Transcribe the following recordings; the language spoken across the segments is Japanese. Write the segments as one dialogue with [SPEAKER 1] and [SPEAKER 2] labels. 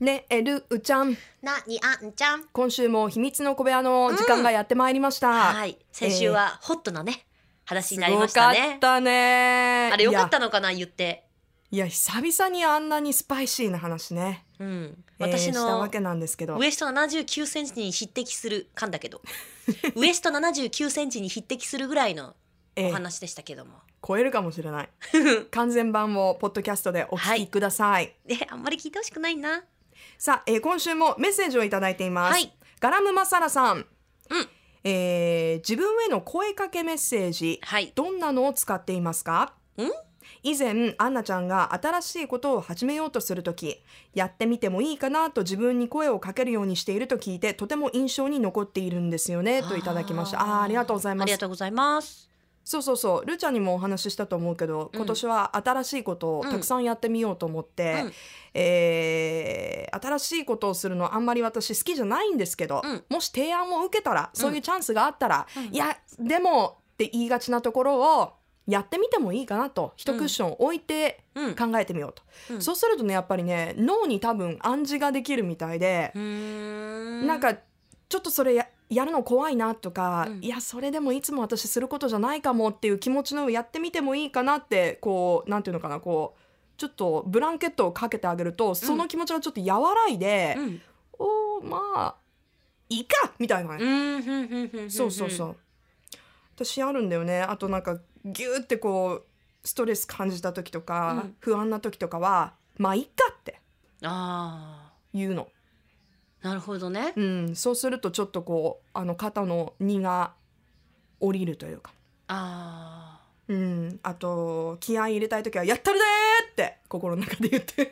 [SPEAKER 1] ねえるうちゃん
[SPEAKER 2] なにあんちゃん。
[SPEAKER 1] 今週も秘密の小部屋の時間がやってまいりました、
[SPEAKER 2] はい。先週はホットなね、話になりました
[SPEAKER 1] すごか
[SPEAKER 2] ね
[SPEAKER 1] っ。たね
[SPEAKER 2] あれ良かったのかな言って。
[SPEAKER 1] いやいや久々にあんなにスパイシーな話ね、
[SPEAKER 2] うん。
[SPEAKER 1] えー
[SPEAKER 2] 私
[SPEAKER 1] したわ
[SPEAKER 2] の
[SPEAKER 1] けなんですけど
[SPEAKER 2] ウエスト79センチに匹敵するかん だけど、ウエスト79センチに匹敵するぐらいの
[SPEAKER 1] え
[SPEAKER 2] お
[SPEAKER 1] ー
[SPEAKER 2] 話でしたけども。
[SPEAKER 1] 超えるかもしれない 完全版をポッドキャストでお聞きください、
[SPEAKER 2] ね、あんまり聞いてほしくないな。
[SPEAKER 1] さあ、えー今週もメッセージをいただいています、
[SPEAKER 2] はい
[SPEAKER 1] ガラムマサラさん、
[SPEAKER 2] うん
[SPEAKER 1] えー自分への声かけメッセージ
[SPEAKER 2] はい。
[SPEAKER 1] どんなのを使っていますか
[SPEAKER 2] ん
[SPEAKER 1] 以前アンナちゃんが新しいことを始めようとするときやってみてもいいかなと自分に声をかけるようにしていると聞いてとても印象に残っているんですよねといただきましたあーありがとうござい
[SPEAKER 2] あ
[SPEAKER 1] ま
[SPEAKER 2] り
[SPEAKER 1] す
[SPEAKER 2] がとうございます。
[SPEAKER 1] そうそうそうルーちゃんにもお話ししたと思うけど、
[SPEAKER 2] うん
[SPEAKER 1] 今年は新しいことをたくさんやってみようと思って、
[SPEAKER 2] うん
[SPEAKER 1] えー新しいことをするのあんまり私好きじゃないんですけど、
[SPEAKER 2] うん
[SPEAKER 1] もし提案を受けたらそういうチャンスがあったら、
[SPEAKER 2] うん
[SPEAKER 1] いやでもって言いがちなところをやってみてもいいかなと一クッション置いて
[SPEAKER 2] うん。
[SPEAKER 1] 考えてみようと、
[SPEAKER 2] うん
[SPEAKER 1] そうするとねやっぱりね脳に多分暗示ができるみたいで、
[SPEAKER 2] うーん。
[SPEAKER 1] なんかちょっとそれややるの怖いなとか、
[SPEAKER 2] うん
[SPEAKER 1] いやそれでもいつも私することじゃないかもっていう気持ちのやってみてもいいかなってこうなんていうのかなこうちょっとブランケットをかけてあげるとその気持ちがちょっと和らいで、
[SPEAKER 2] うん。
[SPEAKER 1] おーまあいいかみたいな、
[SPEAKER 2] うんふんふんふんふんふん。
[SPEAKER 1] そうそうそう私あるんだよねあとなんかギューってこうストレス感じた時とか、
[SPEAKER 2] うん
[SPEAKER 1] 不安な時とかはまあいいかって
[SPEAKER 2] あ
[SPEAKER 1] 言うの
[SPEAKER 2] あ。なるほどね。
[SPEAKER 1] うん、そうするとちょっとこうあの肩の荷が下りるというか、
[SPEAKER 2] ああ。
[SPEAKER 1] うん、あと気合い入れたい時は「やったるで!」って心の中で言 って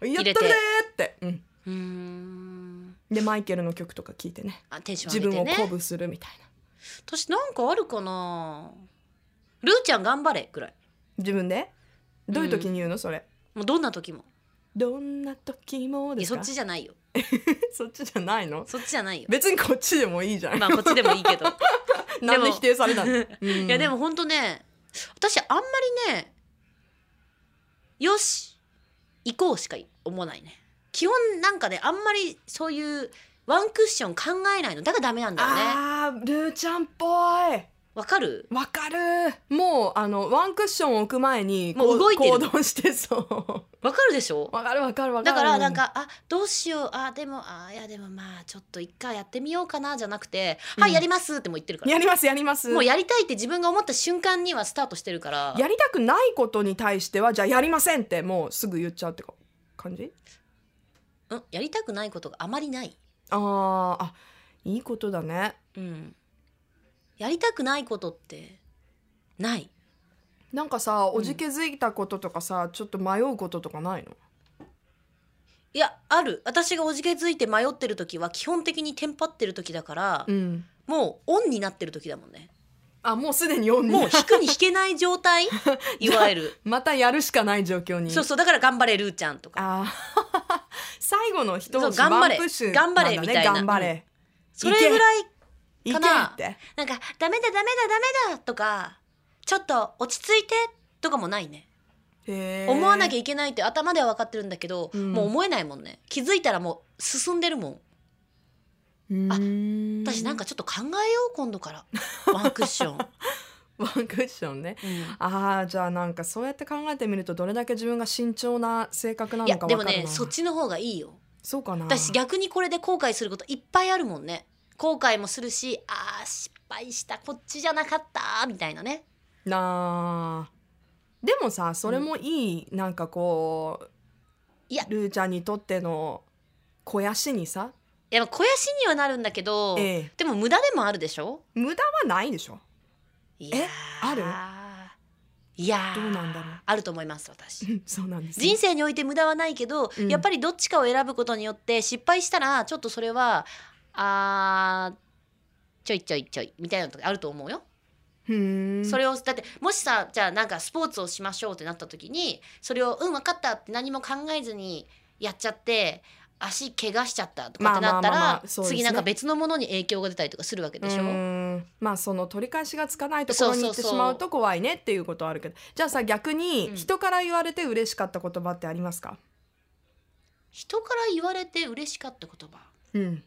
[SPEAKER 1] 「やったるで!」って、うん、
[SPEAKER 2] うーん。
[SPEAKER 1] でマイケルの曲とか聴いてね
[SPEAKER 2] あテンション
[SPEAKER 1] 自
[SPEAKER 2] 上げ
[SPEAKER 1] 分
[SPEAKER 2] て
[SPEAKER 1] を
[SPEAKER 2] ね
[SPEAKER 1] 鼓舞するみたいな
[SPEAKER 2] 私なんかあるかなルーちゃん頑張れぐらい
[SPEAKER 1] 自分でどういう時に言うのそれ、
[SPEAKER 2] もうどんな時も
[SPEAKER 1] どんな時も
[SPEAKER 2] い
[SPEAKER 1] で
[SPEAKER 2] や
[SPEAKER 1] す
[SPEAKER 2] そっ
[SPEAKER 1] か
[SPEAKER 2] ちじゃないよ
[SPEAKER 1] そっちじゃないの
[SPEAKER 2] そっちじゃないよ
[SPEAKER 1] 別にこっちでもいいじゃん、
[SPEAKER 2] まあこっちでもいいけど
[SPEAKER 1] なんで否定されたの、
[SPEAKER 2] いやで
[SPEAKER 1] も
[SPEAKER 2] もほんとね私あんまりねよし行こうしか思わないね基本なんかねあんまりそういうワンクッション考えないのだからダメなんだよね
[SPEAKER 1] あールーちゃんっぽい
[SPEAKER 2] わかる
[SPEAKER 1] わかるもうあのワンクッションを置く前に
[SPEAKER 2] もう動いてる
[SPEAKER 1] 行動してそ
[SPEAKER 2] わかるでしょ
[SPEAKER 1] うわかるわかるわか
[SPEAKER 2] だ
[SPEAKER 1] る
[SPEAKER 2] からなんか、あどうしようあでもあいやでもまあちょっと一回やってみようかなじゃなくて、
[SPEAKER 1] うん
[SPEAKER 2] はいやりますってもう言ってるから
[SPEAKER 1] やりますやります
[SPEAKER 2] もうやりたいって自分が思った瞬間にはスタートしてるから
[SPEAKER 1] やりたくないことに対してはじゃあやりませんってもうすぐ言っちゃうってか感じ
[SPEAKER 2] うん、やりたくないことがあまりない、
[SPEAKER 1] あーあいいことだね
[SPEAKER 2] うん、やりたくないことってない
[SPEAKER 1] なんかさおじけづいたこととかさ、ちょっと迷うこととかないの
[SPEAKER 2] いやある私がおじけづいて迷ってる時は基本的にテンパってる時だから、
[SPEAKER 1] うん
[SPEAKER 2] もうオンになってる時だもんね
[SPEAKER 1] あもうすでに4
[SPEAKER 2] もう
[SPEAKER 1] 人
[SPEAKER 2] 引くに引けない 状態いわゆる
[SPEAKER 1] またやるしかない状況に
[SPEAKER 2] そうそうだから頑張れるーちゃんと
[SPEAKER 1] あ
[SPEAKER 2] か
[SPEAKER 1] ー 最後の一
[SPEAKER 2] そう
[SPEAKER 1] 押し
[SPEAKER 2] 頑張れ
[SPEAKER 1] ワンプッシュなんだね
[SPEAKER 2] 頑張れみたいな
[SPEAKER 1] 頑張れ、
[SPEAKER 2] それぐらい
[SPEAKER 1] いけ
[SPEAKER 2] かな
[SPEAKER 1] って
[SPEAKER 2] なんか「ダメだダメだダメだ」とか「ちょっと落ち着いて」とかもないね
[SPEAKER 1] へー
[SPEAKER 2] 思わなきゃいけないって頭では分かってるんだけど、
[SPEAKER 1] うん
[SPEAKER 2] もう思えないもんね気づいたらもう進んでるもん
[SPEAKER 1] あ私
[SPEAKER 2] 私なんかちょっと考えよう今 度からワンクッション、
[SPEAKER 1] ワンクッションねあーじゃあなんかそうやって考えてみるとどれだけ自分が慎重な性格ない
[SPEAKER 2] や
[SPEAKER 1] のかわか
[SPEAKER 2] で
[SPEAKER 1] る
[SPEAKER 2] も
[SPEAKER 1] な
[SPEAKER 2] ねそっちの方がいいよ
[SPEAKER 1] そうかな
[SPEAKER 2] 私逆にこれで後悔することいっぱいあるもんね後悔もするしあー失敗したこっちじゃなかったみたいなね
[SPEAKER 1] なあでもさそれもいい、なんかこう
[SPEAKER 2] いや
[SPEAKER 1] ルーちゃんにとっての肥やしにさ、
[SPEAKER 2] いやまあ肥やしにはなるんだけど、
[SPEAKER 1] ええ、
[SPEAKER 2] でも無駄でもあるでしょ
[SPEAKER 1] 無駄はないでしょ
[SPEAKER 2] いやー
[SPEAKER 1] えある
[SPEAKER 2] いやー
[SPEAKER 1] どうなんだろう
[SPEAKER 2] あると思います私
[SPEAKER 1] うんそうなんですね
[SPEAKER 2] 人生において無駄はないけど、
[SPEAKER 1] うん
[SPEAKER 2] やっぱりどっちかを選ぶことによって失敗したらちょっとそれはあーちょいちょいちょいみたいなのとかあると思うよ。
[SPEAKER 1] ふーん
[SPEAKER 2] それをだってもしさじゃあなんかスポーツをしましょうってなった時にそれを「うん分かった」って何も考えずにやっちゃって足怪我しちゃったとかってなった
[SPEAKER 1] まあまあまあま
[SPEAKER 2] ら
[SPEAKER 1] あそうですね
[SPEAKER 2] 次なんか別のものに影響が出たりとかするわけでしょ。
[SPEAKER 1] うーんまあその取り返しがつかないところに行って
[SPEAKER 2] そうそうそう
[SPEAKER 1] しまうと怖いねっていうことはあるけどじゃあさ逆
[SPEAKER 2] う
[SPEAKER 1] に
[SPEAKER 2] ん
[SPEAKER 1] 人から言われて嬉しかった言葉ってありますか、
[SPEAKER 2] 人から言われて嬉しかった言葉
[SPEAKER 1] うん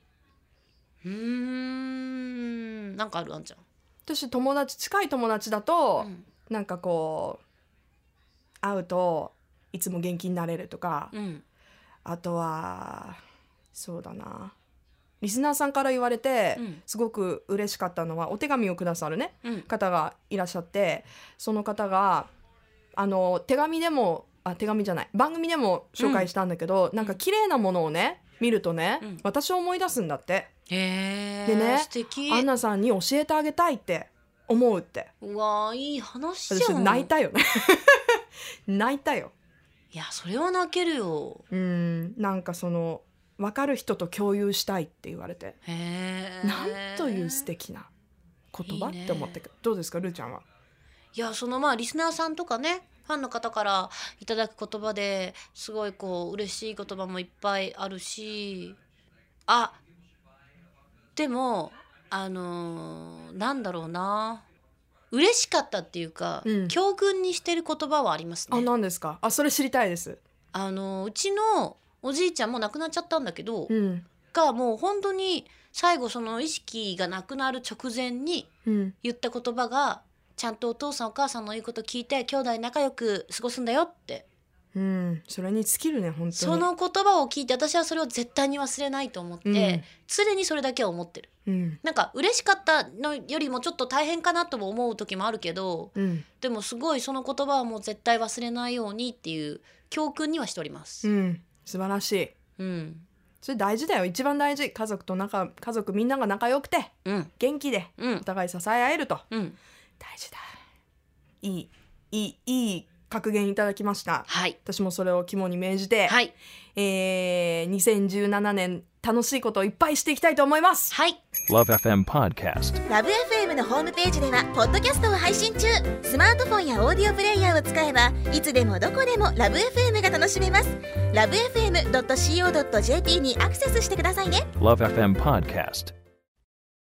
[SPEAKER 2] うーんなんかあるあんちゃん、
[SPEAKER 1] 私友達近い友達だと、
[SPEAKER 2] うん
[SPEAKER 1] なんかこう会うといつも元気になれるとか、
[SPEAKER 2] うん、
[SPEAKER 1] あとはそうだなリスナーさんから言われて、
[SPEAKER 2] うん
[SPEAKER 1] すごく嬉しかったのはお手紙をくださるね
[SPEAKER 2] うん
[SPEAKER 1] 方がいらっしゃってその方があの手紙でもあ手紙じゃない番組でも紹介したんだけど、なんか綺麗なものをね見るとね、
[SPEAKER 2] うん
[SPEAKER 1] 私を思い出すんだって
[SPEAKER 2] へ
[SPEAKER 1] で
[SPEAKER 2] え
[SPEAKER 1] ね
[SPEAKER 2] 素敵
[SPEAKER 1] アンナさんに教えてあげたいって思うって
[SPEAKER 2] うわーいい話じ
[SPEAKER 1] 私
[SPEAKER 2] ゃん
[SPEAKER 1] 泣いたよね 泣いたよ
[SPEAKER 2] いやそれは泣けるよ
[SPEAKER 1] うんなんかその分かる人と共有したいって言われて
[SPEAKER 2] へえ
[SPEAKER 1] なんという素敵な言葉
[SPEAKER 2] いいね
[SPEAKER 1] って思ったけどどうですかルーちゃんはい
[SPEAKER 2] やそのまあリスナーさんとかねファンの方からいただく言葉ですごいこう嬉しい言葉もいっぱいあるしあでもあのーなんだろうな嬉しかったっていうか、
[SPEAKER 1] うん
[SPEAKER 2] 教訓にしてる言葉はあります
[SPEAKER 1] あ
[SPEAKER 2] ね。
[SPEAKER 1] 何ですかあそれ知りたいです
[SPEAKER 2] あのーうちのおじいちゃんもう亡くなっちゃったんだけど、
[SPEAKER 1] うん
[SPEAKER 2] がもう本当に最後その意識がなくなる直前に
[SPEAKER 1] うん
[SPEAKER 2] 言った言葉がちゃんとお父さんお母さんの言うこと聞いて兄弟仲良く過ごすんだよって
[SPEAKER 1] うんそれに尽きるね本当に
[SPEAKER 2] その言葉を聞いて私はそれを絶対に忘れないと思って、
[SPEAKER 1] うん
[SPEAKER 2] 常にそれだけは思ってる
[SPEAKER 1] うん
[SPEAKER 2] なんか嬉しかったのよりもちょっと大変かなとも思う時もあるけど
[SPEAKER 1] うん
[SPEAKER 2] でもすごいその言葉はもう絶対忘れないようにっていう教訓にはしておりま
[SPEAKER 1] う
[SPEAKER 2] す。
[SPEAKER 1] ん素晴らしい
[SPEAKER 2] うん、
[SPEAKER 1] それ大事だよ一番大事家族と仲家族みんなが仲良くて
[SPEAKER 2] うん、
[SPEAKER 1] 元気でお
[SPEAKER 2] うん、
[SPEAKER 1] 互い支え合えると
[SPEAKER 2] うん、
[SPEAKER 1] 大事だいいいいいい格言いただきました
[SPEAKER 2] はい、
[SPEAKER 1] 私もそれを肝に銘じて、
[SPEAKER 2] はい、
[SPEAKER 1] えー、2017年楽しいことをいっぱいしていきたいと思います
[SPEAKER 2] はい。
[SPEAKER 3] Love FM Podcast.
[SPEAKER 4] ラブ f m のホームページではポッドキャストを配信中スマートフォンやオーディオプレイヤーを使えばいつでもどこでもラブ f m が楽しめますラブ FM.co.jp にアクセスしてくださいね
[SPEAKER 3] Love FM Podcast.